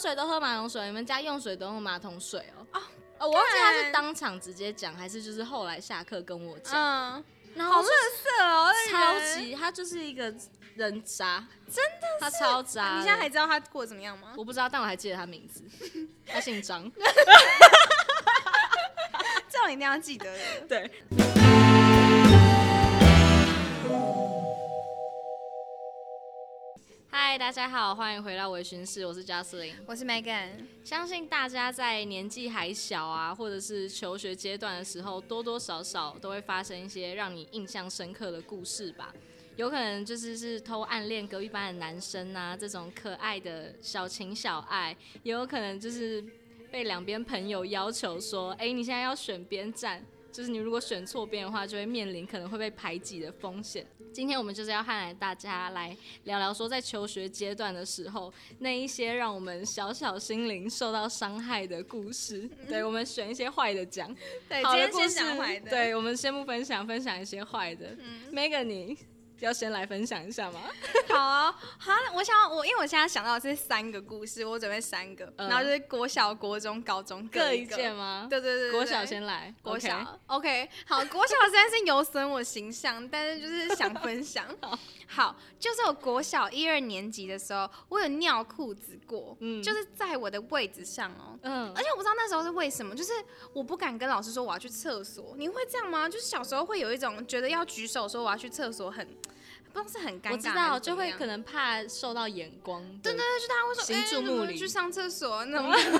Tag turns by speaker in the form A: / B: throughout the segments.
A: 水都喝马桶水，你们家用水都用马桶水哦。哦，我忘记他是当场直接讲，还是就是后来下课跟我讲。
B: 嗯，
A: 然
B: 好
A: 后
B: 乐
A: 就是
B: 色哦，那
A: 超
B: 个人。
A: 级，他就是一个人渣，真的，他超渣的。
B: 你现在还知道他过得怎么样吗？
A: 我不知道，但我还记得他名字，他姓张。
B: 这种一定要记得的。
A: 对，嗨，大家好，欢迎回到微醺室，我是嘉斯林。
B: 我是 Megan，
A: 相信大家在年纪还小啊，或者是求学阶段的时候，多多少少都会发生一些让你印象深刻的故事吧。有可能就是是偷暗恋隔壁班的男生啊，这种可爱的小情小爱；也有可能就是被两边朋友要求说：“哎、你现在要选边站，就是你如果选错边的话，就会面临可能会被排挤的风险。”今天我们就是要和大家来聊聊说，在求学阶段的时候，那一些让我们小小心灵受到伤害的故事。对，我们选一些坏的讲，
B: 对，今
A: 好的
B: 天
A: 故
B: 先
A: 事
B: 讲坏的。，
A: 对，我们先不分享，分享一些坏的。
B: 嗯
A: Megan，你要先来分享一下吗？
B: 好啊，好啊，我想我因为我现在想到的是三个故事，我准备三个，
A: 嗯
B: 然后就是国小、国中、高中
A: 各
B: 一
A: 一
B: 个。
A: 件吗？
B: 对对对对
A: 国小
B: 对
A: 先来，
B: 国
A: OK
B: 小，OK，好，国小虽然是有损我形象，但是就是想分享
A: 好。
B: 好，就是我国小一二年级的时候，我有尿裤子过，
A: 嗯
B: 就是在我的位置上哦。
A: 嗯
B: 而，且我不知道那时候是为什么，就是我不敢跟老师说我要去厕所。你会这样吗？就是小时候会有一种觉得要举手说我要去厕所很，不知道是很尴尬还
A: 我
B: 是
A: 知
B: 怎么样，
A: 道，就会可能怕受到眼光。
B: 对对，对，就大家会说
A: 行
B: 哎，
A: 注
B: 你怎
A: 目
B: 么
A: 礼
B: 去上厕 所那种感觉，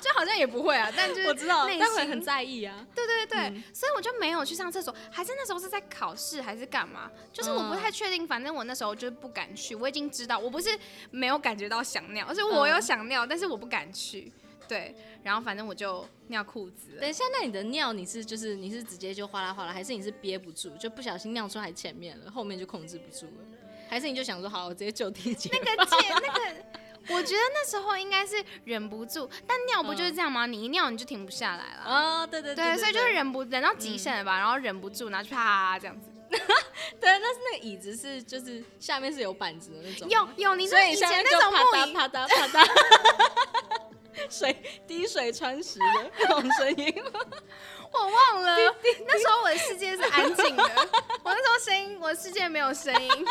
B: 就好像也不会啊，但就是
A: 我知道，
B: 内
A: 但会
B: 心
A: 很在意啊。
B: 对对对，
A: 嗯
B: 所以我就没有去上厕所，还是那时候是在考试还是干嘛？就是我不
A: 嗯
B: 太确定，反正我那时候就是不敢去。我已经知道，我不是没有感觉到想尿，
A: 嗯
B: 而是我有想尿，但是我不敢去。对，然后反正我就尿裤子了
A: 等一下，那你的尿你是就是你是直接就哗啦哗啦，还是你是憋不住就不小心尿出来前面了，后面就控制不住了？还是你就想说好，我直接就地解？
B: 那个 戒那个，我觉得那时候应该是忍不住，但尿不就是这样吗？你一尿你就停不下来了。
A: 哦，对对对
B: 嗯对，所以嗯就是忍不忍到极限了吧，然后忍不住，然后就啪这样子。
A: 对，但是那个椅子是就是下面是有板子的那种吗，
B: 有有，你说
A: 所以
B: 以前
A: 下面就
B: 那种
A: 啪
B: 木
A: 嗒，
B: 椅
A: 啪嗒啪嗒， 水滴水穿石的那种声音。
B: 我忘了， 那时候我的世界是安静的， 我那时候声音，我的世界没有声音。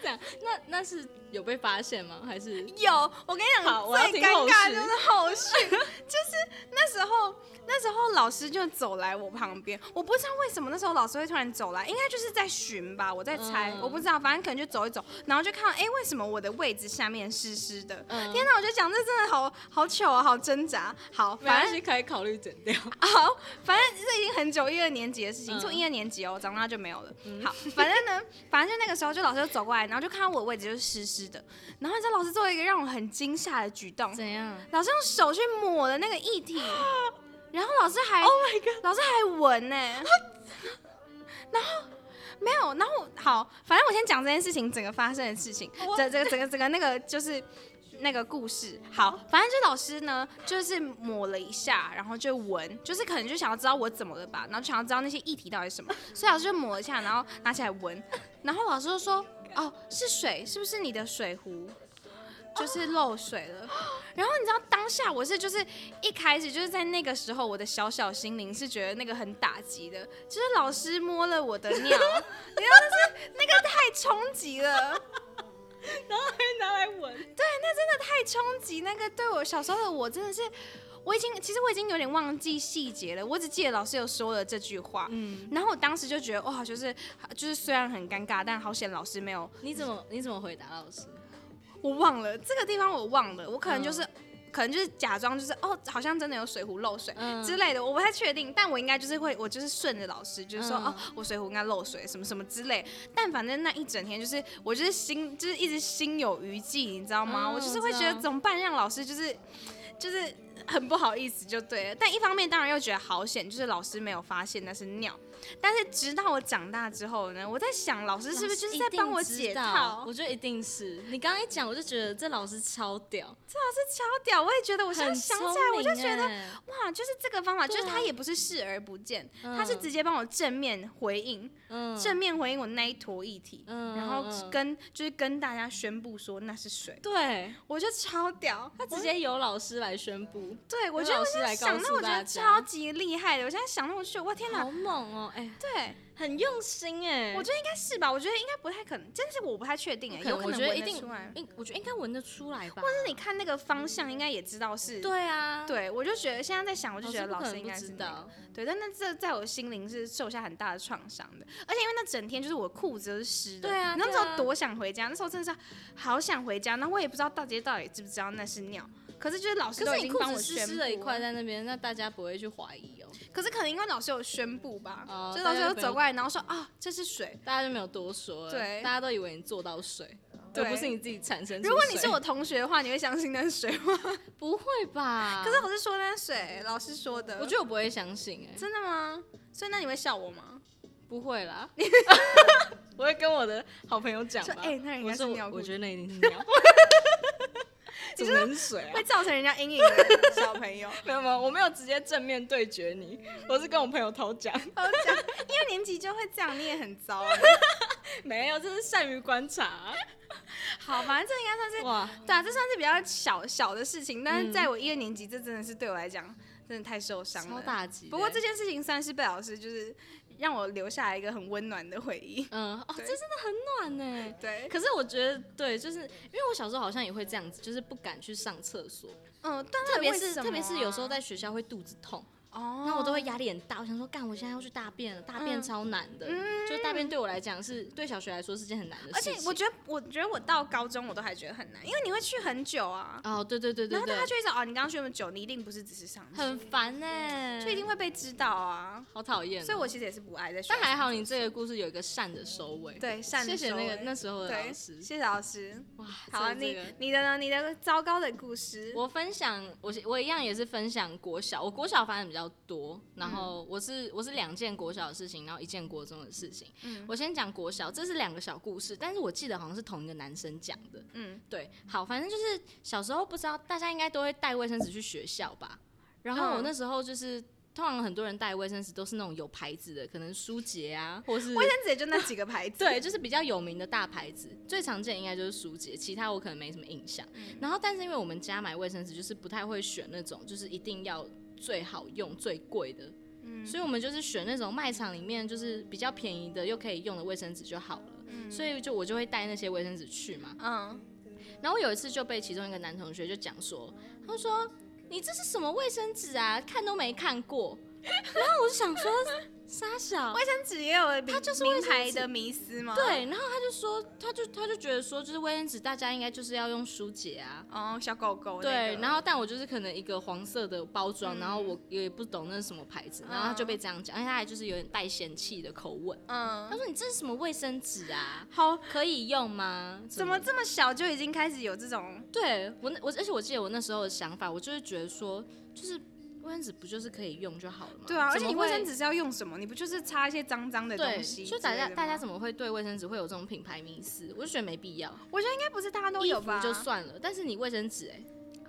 A: 这样，那那是有被发现吗？还是
B: 有，我跟你
A: 好我要
B: 讲，最
A: 听
B: 尴
A: 后
B: 尬
A: 续
B: 就是后续，就是那时候，那时候老师就走来我旁边，我不知道为什么那时候老师会突然走来，应该就是在巡吧，我在猜，
A: 嗯
B: 我不知道，反正可能就走一走，然后就看到，哎、为什么我的位置下面湿湿的？
A: 嗯
B: 天哪，我就讲这真的好好糗啊，好挣扎，好，
A: 没关
B: 反正
A: 系，可以考虑剪掉。
B: 好，反正这已经很久一二年级的事
A: 嗯
B: 情，从一二年级哦，长大就没有了。好，反正呢， 反正就那个时候，就老师就走过来，然后就看到我的位置就是湿湿的，然后你知道老师做了一个让我很惊吓的举动，
A: 怎样
B: 老师用手去抹了那个液体，然后老师还
A: ？Oh my god！
B: 老师还闻呢、然后没有，然后我好，反正我先讲这件事情整个发生的事情，
A: 我
B: 整整个整个整个那个就是那个故事。好，反正就老师呢，就是抹了一下，然后就闻，就是可能就想要知道我怎么了吧，然后就想要知道那些议题到底是什么，所以老师就抹一下，然后拿起来闻，然后老师就说：“哦，是水，是不是你的水壶？”就是漏水了，然后你知道当下我是就是一开始就是在那个时候，我的小小心灵是觉得那个很打击的，就是老师摸了我的尿，你知道就是那个太冲击了，
A: 然后还拿来闻。
B: 太冲击，那个对我小时候的我真的是，我已经其实我已经有点忘记细节了，我只记得老师有说了这句话，
A: 嗯，
B: 然后我当时就觉得哇，就是就是虽然很尴尬，但好险老师没有，
A: 你怎么你怎么回答老师？
B: 我忘了这个地方我忘了，我可能
A: 嗯
B: 就是、可能就是假装就是哦，好像真的有水壶漏水，
A: 嗯
B: 之类的，我不太确定，但我应该就是会，我就是顺着老师，就是说、
A: 嗯
B: 哦，我水壶应该漏水什么什么之类。但反正那一整天就是我就是心就是一直心有余悸，你知道吗？
A: 嗯
B: 我就是会觉
A: 我知
B: 得
A: 道
B: 怎么办让老师就是就是很不好意思就对了。但一方面当然又觉得好险，就是老师没有发现那是尿。但是直到我长大之后呢，我在想老师是不是就是在帮我解套？
A: 我觉得一定是。你刚刚一讲，我就觉得这老师超屌，
B: 超屌！我也觉得，我
A: 我
B: 现在想起来我就觉得
A: 得，
B: 哇，就是这个方法，
A: 欸对
B: 就
A: 啊
B: 是他也不是视而不见，他是
A: 嗯
B: 直接帮我正面回应，
A: 嗯
B: 正面回应我那一坨议题，
A: 嗯
B: 然后
A: 嗯
B: 跟就是跟大家宣布说那是水，
A: 对
B: 我觉得超屌。
A: 他直接由老师来宣布，
B: 对我
A: 由
B: 觉
A: 老
B: 得我
A: 师
B: 现在
A: 来告
B: 想到，
A: 诉
B: 我觉
A: 大
B: 得
A: 家
B: 超，级厉害的。我现在想到，我就觉得哇天哪
A: 好，猛哦，哎，
B: 对，
A: 很用心哎，
B: 我觉得应该是吧？我觉得应该不太可能，真是我不太确定、
A: 不
B: 欸，
A: 可能
B: 有可
A: 我
B: 能
A: 觉得
B: 闻
A: 一
B: 得
A: 定
B: 出来。
A: 应我觉得应该闻得出来吧，
B: 但是你看那个方向，应该也知道是。
A: 对啊，，
B: 对，我就觉得现在在想，我
A: 我
B: 就觉得老
A: 老
B: 师
A: 师
B: 应
A: 不可能
B: 该
A: 不
B: 是
A: 知
B: 那个
A: 道，
B: 对，但那这在我心灵是受下很大的创伤的，而且因为那整天就是我裤子都是湿的，
A: 对啊
B: 那时
A: 对啊
B: 候多想回家，那时候真的是好想回家，那我也不知道大姐到底知不知道那是尿，可是就是老师
A: 可
B: 都
A: 是
B: 已
A: 你
B: 经
A: 裤
B: 帮我
A: 子湿
B: 宣
A: 湿
B: 布
A: 了一块在那边，那大家不会去怀疑哦，
B: 可是可能因为老师有宣布吧，
A: 哦
B: 就是老师
A: 大家就
B: 有
A: 不
B: 走
A: 用
B: 过来，然后说啊这是水，
A: 大家就没有多说了，
B: 对
A: 大家都以为你做到水，
B: 对
A: 而不是你自己产生。
B: 如果你是，我同学的话，你会相信那是水吗？
A: 不会吧？
B: 可是老师说那是水，老师说的，
A: 啊我觉得我不会相信、哎，
B: 真的吗？所以那你会笑我吗？
A: 不会 啦，我会跟我的好朋友讲
B: 说
A: 吧。
B: 哎、那人
A: 我
B: 家是
A: 说
B: 尿
A: 我，
B: 裤
A: 我
B: 子
A: 觉，得那一定 是尿，怎么能是水啊
B: 会？造成人家阴影的小朋 友。
A: 没有没有，我没有直接正面对决你，我是跟我朋友偷讲，
B: 偷讲，因为年级就会这样，你也很糟啊。
A: 没有，这是善于观察、
B: 好，反正这应该算是，
A: 哇，
B: 对啊，这算是比较小小的事情，但
A: 嗯
B: 是在我一二年级，这真的是对我来讲，真的太受伤
A: 超
B: 了。
A: 打击的。
B: 不过这件事情算是被老师就是让我留下来一个很温暖的回忆。
A: 嗯哦，这
B: 对
A: 真的很暖呢、
B: 对，
A: 可是我觉得对，就是因为我小时候好像也会这样子，就是不敢去上厕所，
B: 嗯，但
A: 特别是特别是有时候，在学校会肚子痛，
B: 哦，
A: 然后我都会压力很大，我想说，干，我现在要去大便了，大便
B: 嗯
A: 超难的，就大便对我来讲是对小学来说是件很难的
B: 而
A: 事情。
B: 且我觉得，我觉得我到高中我都还觉得很难，因为你会去很久啊，
A: 哦，对对对对
B: 然后大
A: 对
B: 家，就一直哦，你刚刚去那么久，你一定不是只是上厕
A: 很烦呢、欸
B: 就一定会被知道啊。
A: 好讨厌哦、
B: 所以我其实也是不爱在学校
A: 但
B: 上厕所，
A: 还好你这个故事有一个善的收尾，，
B: 对善
A: 谢
B: 的
A: 谢
B: 收
A: 那个
B: 尾
A: 那时候的
B: 对
A: 老，师，
B: 谢谢老师。
A: 哇，
B: 好啊，
A: 真的这
B: 你
A: 个
B: 你的呢？你的糟糕的故事，
A: 我分享，我是我一样也是分享国小，我国小发生比较多，然
B: 嗯
A: 后我是我是两件国小的事情，然后一件国中的事情。
B: 嗯
A: 我先讲国小，这是两个小故事，但是我记得好像是同一个男生讲的。
B: 嗯，
A: 对，好，反正就是小时候不知道，大家应该都会带卫生纸去学校吧。然后我
B: 嗯
A: 那时候就是，通常很多人带卫生纸都是那种有牌子的，可能舒洁啊，或是
B: 卫生纸也就那几个牌子，
A: 对，，就是比较有名的大牌子，最常见应该就是舒洁，其他我可能没什么印象。
B: 嗯
A: 然后，但是因为我们家买卫生纸就是不太会选那种，就是一定要最好用、最贵的，
B: 嗯
A: 所以我们就是选那种卖场里面就是比较便宜的又可以用的卫生纸就好了。
B: 嗯
A: 所以就我就会带那些卫生纸去嘛。
B: 嗯，
A: 然后我有一次就被其中一个男同学就讲说，他就说你这是什么卫生纸啊，看都没看过。 然后我就想说，傻小，
B: 卫生纸也有它
A: 就是卫
B: 名
A: 生
B: 牌
A: 纸
B: 的迷思吗？，
A: 对，然后他就说，他就他就觉得说，就是卫生纸大家应该就是要用舒洁啊。
B: 哦，小狗狗那
A: 对，
B: 个嗯
A: 然后但我就是可能一个黄色的包装，然后我也不懂那是什么牌子，然后他就被这样讲，而且他还就是有点带嫌弃的口吻，他
B: 嗯，
A: 说你这是什么卫生纸啊？
B: 好，
A: 可以用吗？
B: 怎么
A: 么？
B: 这么小就已经开始有这种？
A: 对我那我而且我记得我那时候的想法，我就是觉得说，就是卫生纸不就是可以用就好了吗？
B: 对啊，而
A: 怎
B: 且
A: 么
B: 你卫
A: 会
B: 生纸是要用什么？你不就是擦一些脏脏的
A: 对
B: 东西，之
A: 就
B: 类的吗？
A: 大家大家怎么会对卫生纸会有这种品牌迷思？我就觉得没必要。
B: 我觉得应该不是大家都
A: 衣
B: 有
A: 服
B: 吧？
A: 就算了，但是你卫生纸哎、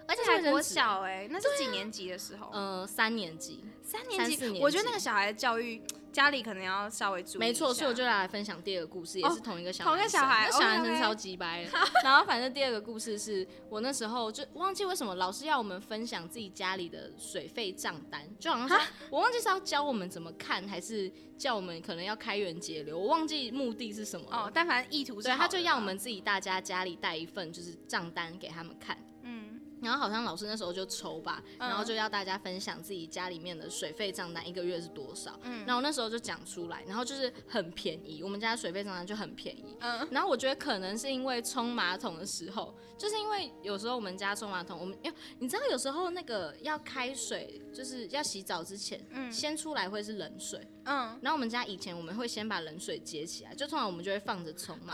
B: 而且
A: 这是卫
B: 还
A: 生
B: 国
A: 纸啊
B: 小哎，那是几年级的时候？
A: 呃，三年级，
B: 三年级，
A: 三四年
B: 我觉得那
A: 级
B: 个小孩的教育，家里可能要稍微注意一下。
A: 没错，所以我就来分享第二个故事，也
B: 哦
A: 是同一个小
B: 同一个
A: 男生
B: 小孩
A: 那小男生
B: OK，OK
A: 超级掰 的。然后反正第二个故事是我那时候就忘记为什么老师要我们分享自己家里的水费账单，就好像是我忘记是要教我们怎么看，还是叫我们可能要开源节流，我忘记目的是什么
B: 哦
A: 了。，
B: 但反正意图是
A: 对，他
B: 好
A: 就
B: 的
A: 要
B: 吧
A: 我，们自己大家家里带一份就是账单给他们看。
B: 嗯，
A: 然后好像老师那时候就抽吧，
B: 嗯
A: 然后就要大家分享自己家里面的水费账单一个月是多少。嗯，然后我那时候就讲出来，然后就是很便宜，我们家水费账单就很便宜。嗯
B: 嗯，
A: 然后我觉得可能是因为冲马桶的时候，就是因为有时候我们家冲马桶，我们因为你知道有时候那个要开水，就是要洗澡之前，
B: 嗯
A: 先出来会是冷水。
B: 嗯，
A: 然后我们家以前我们会先把冷水接起来，就通常我们就会放着冲嘛。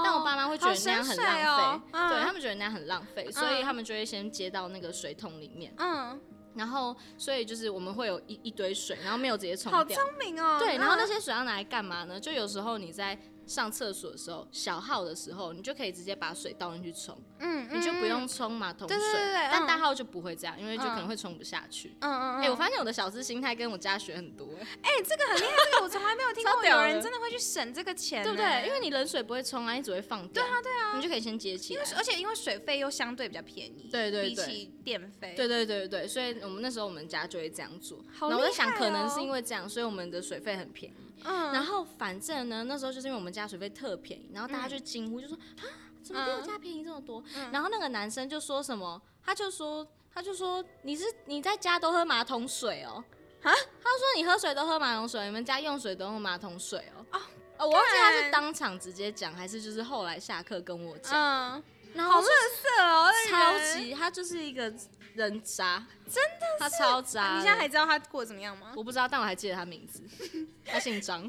B: 哦，
A: 但我爸妈会觉得
B: 好
A: 那样
B: 深
A: 很
B: 邃
A: 浪费，
B: 哦嗯
A: 对他们觉得那样很浪费，所以
B: 嗯
A: 他们就会先接到那个水桶里面。
B: 嗯，
A: 然后所以就是我们会有一一堆水，然后没有直接冲
B: 好
A: 掉。
B: 聪明哦。
A: 对，然后那
B: 嗯
A: 些水要拿来干嘛呢？就有时候你在上厕所的时候，小号的时候，你就可以直接把水倒进去冲，
B: 嗯，嗯
A: 你就不用冲马桶水。
B: 对对对对
A: 但
B: 嗯
A: 大号就不会这样，因为就可能
B: 嗯
A: 会冲不下去。
B: 嗯嗯
A: 哎、
B: 嗯，
A: 我发现我的小资心态跟我家学很多、哎
B: 哎、这个很厉害，这个我从来没有听
A: 超
B: 过
A: 屌
B: 有
A: 的
B: 人真的会去省这个钱呢，
A: 对不对？因为你冷水不会冲啊，你只会放掉。对啊，对啊，你就可以先接起
B: 因
A: 来
B: 为。而且因为水费又相对比较便宜，
A: 对对
B: 比
A: 对
B: 起电费，
A: 对对对对，所以我们那时候我们家就会这样做。
B: 好
A: 然后我在
B: 厉害
A: 想，可能是
B: 哦
A: 因为这样，所以我们的水费很便宜。
B: 嗯，
A: 然后反正呢，那时候就是因为我们家水费特便宜，然后大家就
B: 嗯
A: 惊呼，就说啊，怎么比我家便宜这么多？然后那个男生就说什么，他就说。他就说你是你在家都喝马桶水哦、他
B: 啊
A: 说你喝水都喝马桶水，你们家用水都用马桶水哦、哦，我忘记他是
B: 干
A: 当场直接讲，还是就是后来下课跟我讲。
B: 嗯，
A: 然后
B: 好
A: 我
B: 乐
A: 就
B: 色哦，
A: 超
B: 这个人。
A: 级，他就是一个人渣，真的，他超渣的。
B: 啊你现在还知道他过得怎么样吗？
A: 我不知道，但我还记得他名字，他姓 张。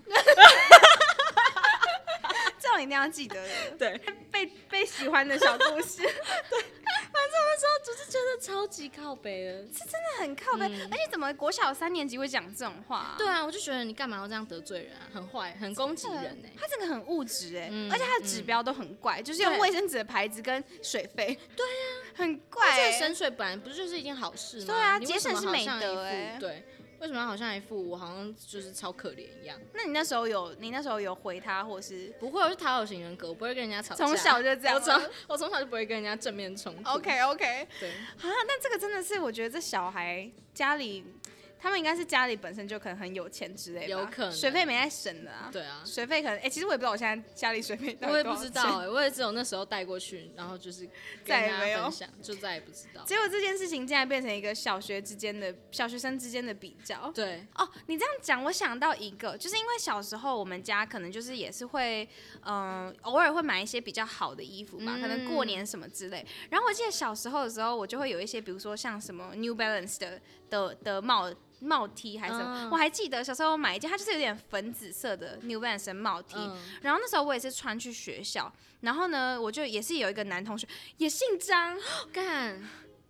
B: 这种一定要记得的，
A: 对，
B: 被被喜欢的小故事， 真
A: 那时候就是觉得超级靠北的。
B: 的很靠背。
A: 嗯
B: 而且怎么国小三年级会讲这种话啊、
A: 对啊，我就觉得你干嘛要这样得罪人啊？很坏，很攻击
B: 真的
A: 人哎、
B: 他这个很物质哎、
A: 嗯
B: 而且他的指标都很怪，就是用
A: 对
B: 卫生纸的牌子跟水费。对啊呀、很怪、
A: 而且
B: 欸。
A: 省水本来不是就是一件好事吗？
B: 对啊
A: 你为什么
B: 节省是美
A: 好像
B: 德
A: 一副
B: 欸
A: 对，为什么好像一副我好像就是超可怜一样？
B: 那你那时候有你那时候有回他，或是
A: 不会，我是讨好型人格，我不会跟人家吵架。
B: 从小就这样
A: 我
B: 吗
A: 从 我从小就不会跟人家正面冲突。
B: OK OK
A: 对，
B: 啊？那这个真的是，我觉得这小孩家里，他们应该是家里本身就可能很有钱之类的吧，
A: 有可能
B: 水费没在省的啊。
A: 对啊。
B: 水费可能哎、其实我也不知道我现在家里水费到底
A: 我也
B: 多
A: 不
B: 少
A: 知
B: 钱
A: 道、欸，我也只有那时候带过去，然后就是跟
B: 再也
A: 大
B: 没
A: 家
B: 有
A: 分享，就再也不知道。
B: 结果这件事情竟然变成一个小学之间的小学生之间的比较。
A: 对，
B: 哦，你这样讲，我想到一个，就是因为小时候我们家可能就是也是会，嗯、偶尔会买一些比较好的衣服吧，可能过
A: 嗯
B: 年什么之类。然后我记得小时候的时候，我就会有一些，比如说像什么 New Balance 的的的帽。帽 T 还是什么
A: 嗯
B: 我还记得小时候我买一件，它就是有点粉紫色的 New Balance 的帽 T，、
A: 嗯，
B: 然后那时候我也是穿去学校，然后呢，我就也是有一个男同学，也姓张，
A: 干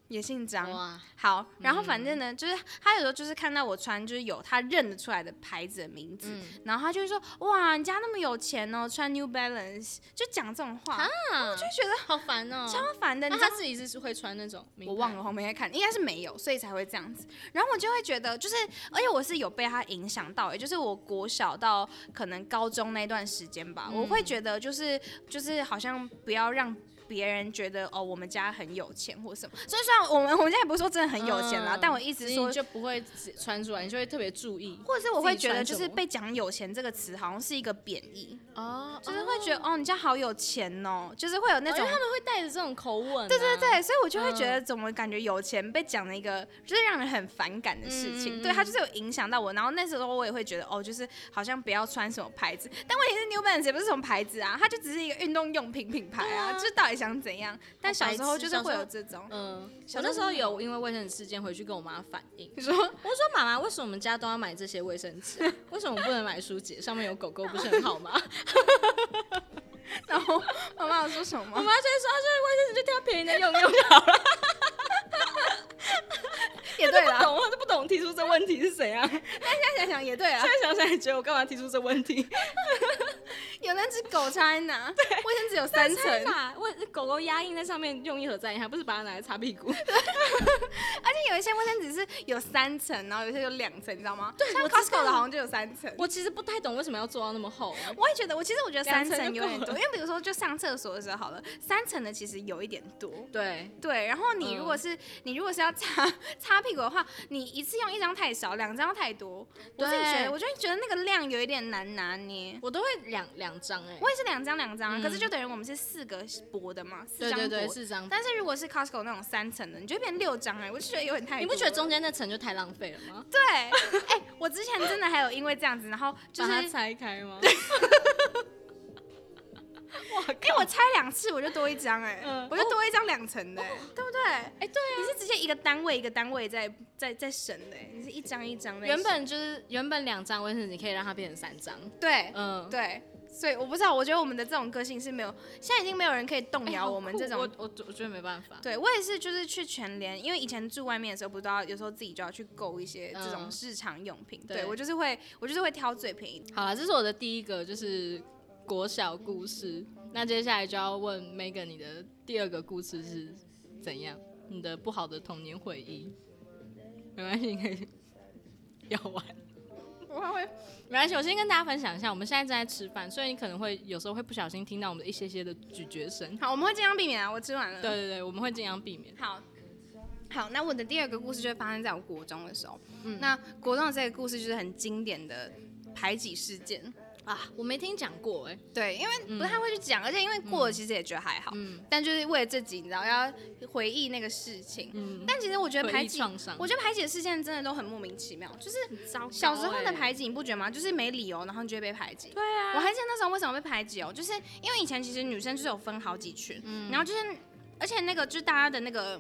B: 也姓张，
A: 哇，
B: 好，然后反
A: 嗯
B: 正呢，就是他有时候就是看到我穿，就是有他认得出来的牌子的名字，
A: 嗯
B: 然后他就会说：“哇，你家那么有钱哦，穿 New Balance。”就讲这种话，
A: 啊，
B: 就觉得
A: 好烦哦、
B: 超烦的。你
A: 那
B: 知道
A: 他自己是会穿那种名牌，
B: 我忘了，我没在看，应该是没有，所以才会这样子。然后我就会觉得，就是而且我是有被他影响到，也就是我国小到可能高中那段时间吧，我会
A: 嗯
B: 觉得就是就是好像不要让。别人觉得哦，我们家很有钱或什么，所以虽然我们我们家也不是说真的很有钱啦，
A: 嗯
B: 但我一直
A: 所以
B: 说
A: 你就不会只穿出来，你就会特别注意
B: 或者是我会觉得，
A: 自己
B: 就
A: 穿
B: 是
A: 什么
B: 被讲“有钱”这个词，好像是一个贬义，
A: 哦，
B: 就是会觉得哦，你家好有钱哦，就是会有那
A: 那种、
B: 种
A: 他们会带着这种口吻、啊
B: 对对，对，所以我就会觉
A: 嗯
B: 得怎么感觉有钱被讲了一个就是让人很反感的事情，
A: 嗯嗯
B: 对它
A: 嗯
B: 就是有影响到我。然后那时候我也会觉得哦，就是好像不要穿什么牌子，但问题是 New Balance 也不是什么牌子啊，它就只是一个运动用品品牌啊，
A: 对啊
B: 就是到底想怎样？
A: 好
B: 但小
A: 白
B: 时候
A: 痴
B: 就是
A: 小时
B: 会
A: 候
B: 有这种，
A: 嗯，
B: 小
A: 我
B: 时
A: 那
B: 候
A: 时候
B: 真的
A: 有因为卫生纸事件回去跟我妈反映，
B: 你说
A: 我说妈妈，为什么我们家都要买这些卫生纸啊、为什么不能买舒洁？上面有狗狗不是很好 吗？
B: 然后妈妈有说什么
A: 我 妈就
B: 吗？
A: 会说，啊就是卫生纸就挑便宜的用用 就好了。
B: 也对
A: 不
B: 啦，
A: 懂，我都不懂提出这问题是怎样。现
B: 现在想想也对啦，
A: 在想想也觉得我干嘛提出这问题？
B: 有那只狗差在哪？卫生纸有三层，
A: 把卫狗狗压印在上面用一盒再印，还不是把它拿来擦屁股？
B: 而且有一些卫生纸是有三层，然后有一些有两层，你知道吗？对像
A: 我知道
B: Costco 的好像就有三层。
A: 我其实不太懂为什么要做到那么厚、啊。
B: 我也觉得，我其实我觉得三层
A: 两层就
B: 有
A: 够
B: 点多，
A: 了
B: 因为比如说就上厕所的时候好了，三层的其实有一点多。
A: 对，
B: 对，然后你
A: 嗯
B: 如果是、你如果是要擦擦屁股的话，你一次用一张太少，两张太多。我自己觉
A: 对
B: 得，我就会觉得那个量有一点难拿捏。
A: 我都会两两张哎。
B: 我也是两张两张啊，
A: 嗯
B: 可是就等于我们是四个薄的嘛，四
A: 对
B: 张
A: 对
B: 薄。
A: 对，四张。
B: 但是如果是 Costco 那种三层的，你就会变六张哎、我就觉得有点太多了。
A: 你不觉得中间那层就太浪费了吗？
B: 对，哎、我之前真的还有因为这样子，然后就是，
A: 把它
B: 哎、
A: 拆开吗？对。 哇靠！
B: 我拆两次我就多一张、哎、
A: 嗯
B: 我就多一张两层的、哎对不对？
A: 哎，对啊。
B: 你是直接一个单位一个单位在在在省的、哎你是一张一张的。
A: 原本就是原本两张卫生纸，可以让它变成三张。
B: 对、
A: 嗯，
B: 对，所以我不知道，我觉得我们的这种个性是没有，现在已经没有人可以动
A: 哎
B: 摇
A: 好
B: 我们
A: 酷哦
B: 这种
A: 我我我觉得没办法。
B: 对我也是，就是去全联，因为以前住外面的时候，不知道有时候自己就要去购一些这种
A: 嗯
B: 日常用品。
A: 对
B: 对我就是会，我就是会挑最便宜的。
A: 好了，这是我的第一个，就是国小故事。那接下来就要问 Megan，你的第二个故事是怎样？你的不好的童年回忆？没关系，你可以 要玩。
B: 我还会
A: 没关系，我先跟大家分享一下，我们现在正在吃饭，所以你可能会有时候会不小心听到我们的一些些的咀嚼声。
B: 好，我们会尽量避免啊。我吃完了。
A: 对，对对，我们会尽量避免。
B: 好。好，那我的第二个故事就会发生在我国中的时候。
A: 嗯
B: 那国中的这个故事就是很经典的排挤事件。
A: 啊，我没听讲过哎、
B: 对，因为不太会去讲，而且因为过了其实也觉得还好，
A: 嗯
B: 但就是为了这集，你知道要回忆那个事情。
A: 嗯，
B: 但其实我觉得排
A: 回忆
B: 挤
A: 创伤，
B: 我觉得排解事件真的都很莫名其妙，就是
A: 糟欸
B: 小时候的
A: 排
B: 排挤你不觉得吗？就是没理由，然后你就会被排挤。
A: 对啊，
B: 我还记得那时候为什么被排挤哦，就是因为以前其实女生就是有分好几群，
A: 嗯
B: 然后就是而且那个就是大家的那个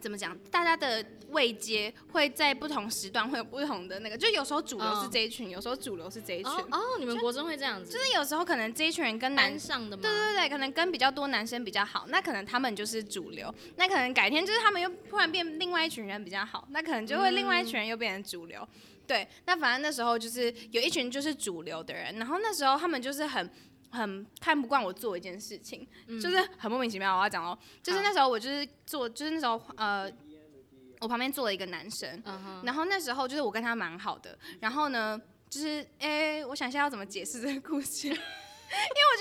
B: 怎么讲，大家的位阶会在不同时段会有不同的那个，就有时候主流是
A: 嗯
B: 这一群，有时候主流是这一群，
A: 哦哦，你们国中会这样子，
B: 就是有时候可能这一群人跟男
A: 班上的吗？
B: 对对对，可能跟比较多男生比较好，那可能他们就是主流，那可能改天就是他们又突然变另外一群人比较好，那可能就会另外一群人又变成主流。对，那反正那时候就是有一群就是主流的人，然后那时候他们就是很。很看不惯我做一件事情，就是很莫名其妙。我要讲哦，就是
A: 好
B: 那时候我就是做，就是那时候呃，我旁边坐了一个男生，
A: 嗯哼，
B: 然后那时候就是我跟他蛮好的，然后呢，就是诶，我想一下要怎么解释这个故事，因为 我觉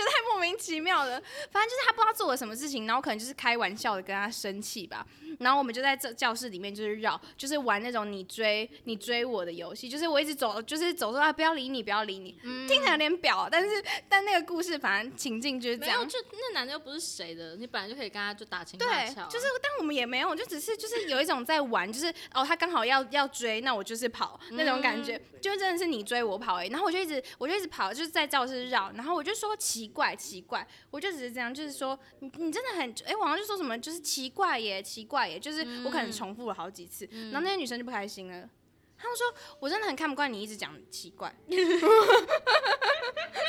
B: 得太莫名其妙了。反正就是他不知道做了什么事情，然后可能就是开玩笑的跟他生气吧。然后我们就在这教室里面就是绕，就是玩那种你追你追我的游戏，就是我一直走，就是走说啊不要理你，不要理你，
A: 嗯
B: 听起来有点表，但是但那个故事反正情境就是这
A: 没
B: 样
A: 有，。就那男的又不是谁的，你本来就可以跟他就打情骂
B: 对
A: 俏啊、，
B: 就是，但我们也没有，就只是就是有一种在玩，就是哦，他刚好要要追，那我就是跑那种感觉，就真的是你追我跑哎、然后我就一直我就一直跑，就是在教室绕，然后我就说奇怪奇怪，我就只是这样，就是说你你真的很哎、我好像就说什么就是奇怪耶奇怪耶，就是我可能重复了好几次，然后那些女生就不开心了。她们说：“我真的很看不惯你一直讲奇怪，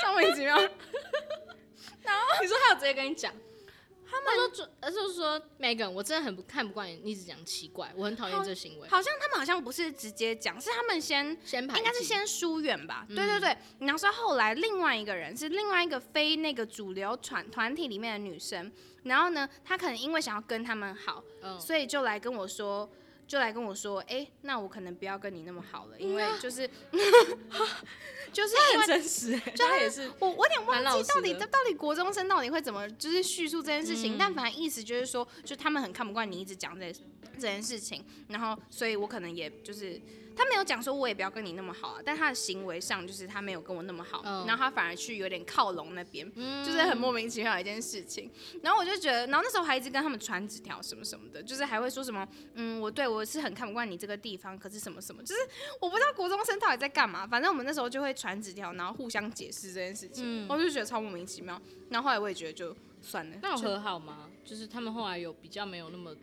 B: 超莫名其妙。
A: 你说他有直接跟你讲，他们说就呃就是说 Megan，我真的很不看不惯你，你一直讲奇怪，我很讨厌这行为，
B: 好像他们好像不是直接讲，是他们先
A: 先排
B: 应该是
A: 挤嗯
B: 先疏远吧，对对对。然后是后来另外一个人是另外一个非那个主流团团体里面的女生，然后呢，她可能因为想要跟他们好，
A: 嗯
B: 所以就来跟我说，就来跟我说，哎、那我可能不要跟你那么好了，因为
A: 嗯
B: 就是、 就是因为
A: 真实、欸，就他也是
B: 我我有点
A: 蛮老
B: 忘
A: 实
B: 记到底
A: 的嗯
B: 到底国中生到底会怎么就是叙述这件事情，但反正意思就是说，就他们很看不惯你一直讲这这件事情，然后所以我可能也就是他没有讲说我也不要跟你那么好啊，但他的行为上就是他没有跟我那么好，
A: 嗯
B: 然后他反而去有点靠拢那边，就是很莫名其妙的一件事情。然后我就觉得，然后那时候还一直跟他们传纸条什么什么的，就是还会说什么嗯，我对我是很看不惯你这个地方，可是什么什么，就是我不知道国中生到底在干嘛。反正我们那时候就会传纸条，然后互相解释这件事情，我就觉得超莫名其妙。然后后来我也觉得就算了，
A: 那有
B: 就
A: 和好吗？就是他们后来有比较没有那么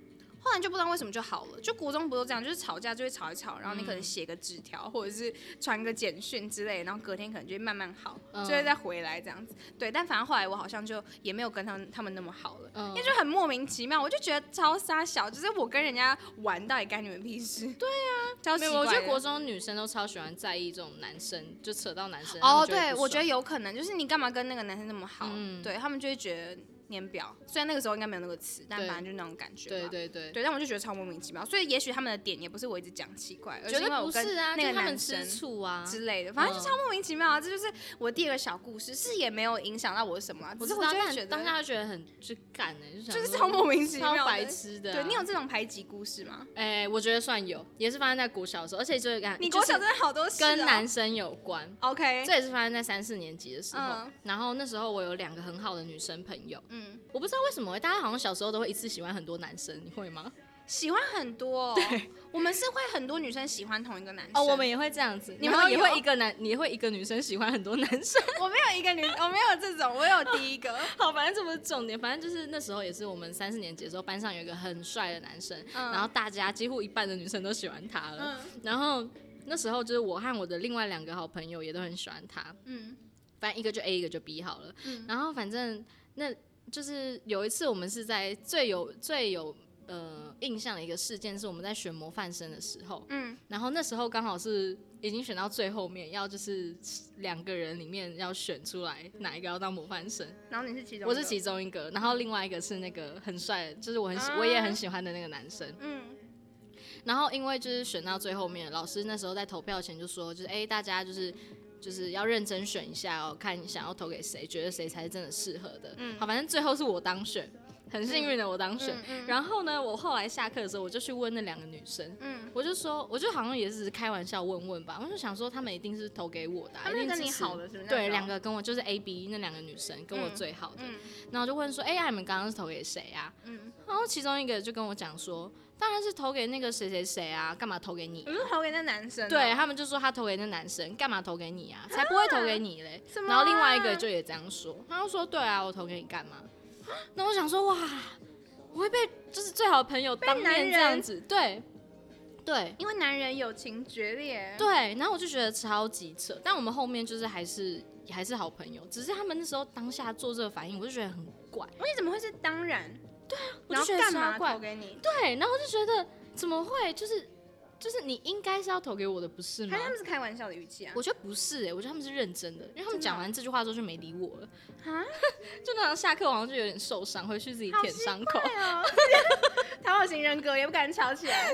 B: 后来就不知道为什么就好了。就国中不都这样，就是吵架就会吵一吵，然后你可能写个纸条或者是传个简讯之类，然后隔天可能就会慢慢好，就会再回来这样子。对，但反正后来我好像就也没有跟他们他们那么好了。
A: 嗯
B: 因为就很莫名其妙，我就觉得超傻小，就是我跟人家玩到底干你们屁事？对呀、啊，超
A: 没有，
B: 奇怪
A: 我觉得
B: 的
A: 国中女生都超喜欢在意这种男生，就扯到男生。他
B: 哦，
A: 们就会
B: 对，
A: 不
B: 我觉得
A: 爽
B: 有可能，就是你干嘛跟那个男生那么好？
A: 嗯
B: 对他们就会觉得年表，虽然那个时候应该没有那个词，但
A: 对
B: 反正就那种感觉吧。
A: 对对对，
B: 对但我就觉得超莫名其妙，所以也许他们的点也不是我一直讲奇怪，而
A: 绝
B: 是因
A: 对
B: 为
A: 不
B: 我跟
A: 是啊，
B: 那
A: 就
B: 个
A: 他
B: 男
A: 们吃
B: 生
A: 醋啊，
B: 之类的，反正就
A: 嗯
B: 超莫名其妙啊！这就是我第二个小故事，是也没有影响到我什么、啊，
A: 不是
B: 只是
A: 我
B: 我就会觉
A: 当
B: 得
A: 下就觉得很就干呢，就
B: 就
A: 想
B: 是
A: 说
B: 超莫名其妙的
A: 超白痴的啊。
B: 对你有这种排挤故事吗？
A: 哎、我觉得算有，也是发生在国小的时候，而且就是感
B: 你
A: 就
B: 国
A: 是
B: 小真的好多事、哦，
A: 跟男生有关，
B: OK，
A: 这也是发生在三四年级的时候。
B: 嗯
A: 然后那时候我有两个很好的女生朋友，
B: 嗯，
A: 我不知道为什么、大家好像小时候都会一次喜欢很多男生，你会吗？
B: 喜欢很多、哦，对，我们是会很多女生喜欢同一个男生，
A: 哦，我们也会这样子，
B: 你
A: 然
B: 们
A: 后也
B: 有
A: 会一个男，你会一个女生喜欢很多男生。
B: 我没有一个女，我没有这种，我有第一个。
A: 好，反正这不是重点，反正就是那时候也是我们三四年级的时候，班上有一个很帅的男生，
B: 嗯
A: 然后大家几乎一半的女生都喜欢他了。
B: 嗯
A: 然后那时候就是我和我的另外两个好朋友也都很喜欢他，
B: 嗯，
A: 反正一个就 A 一个就 B 好了。然后反正那就是有一次我们是在最有最有呃印象的一个事件，是我们在选模范生的时候，
B: 嗯，
A: 然后那时候刚好是已经选到最后面，要就是两个人里面要选出来哪一个要当模范生，
B: 然后你是其中，
A: 我是，其中一个，然后另外一个是那个很帅，就是我很喜、
B: 啊
A: 我也很喜欢的那个男生。
B: 嗯
A: 然后因为就是选到最后面，老师那时候在投票前就说，就是哎、诶大家就是就是要认真选一下哦，看你想要投给谁，觉得谁才是真的适合的。
B: 嗯
A: 好，反正最后是我当选，很幸运的我当选。
B: 嗯嗯
A: 然后呢，我后来下课的时候，我就去问那两个女生。
B: 嗯，
A: 我就说，我就好像也只是开玩笑问问吧，我就想说他们一定是投给我的啊、
B: 他们
A: 一
B: 是
A: 定
B: 跟你
A: 支持
B: 好的是不是？
A: 对，两
B: 个，
A: 个跟我就是 A B 那两个女生跟我
B: 嗯
A: 最好的，
B: 嗯
A: 然后我就问说，哎、呀，你们刚刚是投给谁啊？
B: 嗯，
A: 然后其中一个就跟我讲说，当然是投给那个谁谁谁啊，干嘛投给你啊、
B: 我是投给那男生，哦
A: 对，他们就说他投给那男生，干嘛投给你 啊？才不会投给你嘞。
B: 什么啊
A: 然后另外一个就也这样说，他就说对啊，我投给你干嘛？那我想说哇，我会被就是最好的朋友当
B: 男
A: 面
B: 人
A: 这样子，对对
B: 因为男人友情决裂，
A: 对，然后我就觉得超级扯。但我们后面就是还是还是好朋友，只是他们那时候当下做这个反应，我就觉得很怪，
B: 为什么会是当然？
A: 我就
B: 然后
A: 觉得
B: 干
A: 超
B: 嘛
A: 怪
B: 投。给你？
A: 对，然后我就觉得怎么会？就是就是你应该是要投给我的，不是吗
B: 还是？他们是开玩笑的语气啊？
A: 我觉得不是哎、我觉得他们是认真的，因为他们
B: 真的
A: 讲
B: 哦
A: 完这句话之后就没理我了，
B: 啊，
A: 就那样下课好像就有点受伤，回去自己舔伤口，
B: 对哦， 讨好型人格也不敢吵起来。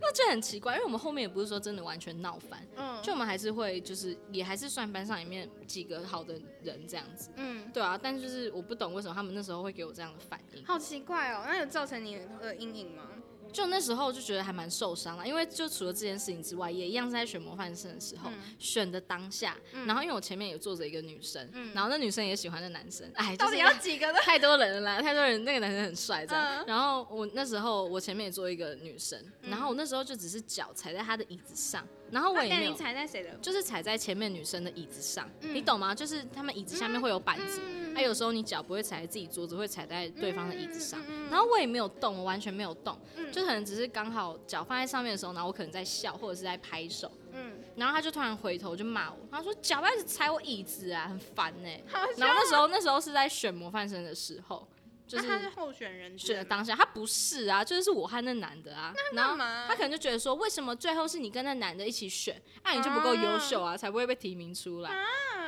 A: 那就很奇怪，因为我们后面也不是说真的完全闹翻，
B: 嗯，
A: 就我们还是会就是也还是算班上里面几个好的人这样子，
B: 嗯，
A: 对啊，但就是我不懂为什么他们那时候会给我这样的反应，
B: 好奇怪哦，那有造成你的阴影吗？
A: 就那时候就觉得还蛮受伤了，因为就除了这件事情之外，也一样是在选模范生的时候、
B: 嗯
A: 选的当下，然后因为我前面也坐着一个女生，
B: 嗯
A: 然后那女生也喜欢那男生，哎，就
B: 到
A: 是
B: 底要几个呢？
A: 太多人了啦，太多人，那个男生很帅这样。
B: 嗯
A: 然后我那时候我前面也坐一个女生，
B: 嗯
A: 然后我那时候就只是脚踩在她的椅子上，然后我
B: 那
A: 也没
B: 你
A: 有，
B: 踩在谁的？
A: 就是踩在前面女生的椅子上，
B: 嗯
A: 你懂吗？就是他们椅子下面会有板子，
B: 嗯
A: 那、有时候你脚不会踩在自己桌子，会踩在对方的椅子上。
B: 嗯嗯嗯
A: 然后我也没有动，我完全没有动，
B: 嗯
A: 就可能只是刚好脚放在上面的时候，然后我可能在笑或者是在拍手，
B: 嗯，
A: 然后他就突然回头就骂我，他说脚不要一直踩我椅子啊，很烦呢、
B: 好
A: 然后
B: 像
A: 那时候那时候是在选模范生的时候，就
B: 那
A: 是
B: 他是候选人之
A: 选
B: 类
A: 的
B: 的吗，
A: 当下，他不是啊，就是我和那男的啊，然后
B: 干嘛
A: 他可能就觉得说，为什么最后是你跟那男的一起选，那、你就不够优秀啊，才不会被提名出来。
B: 啊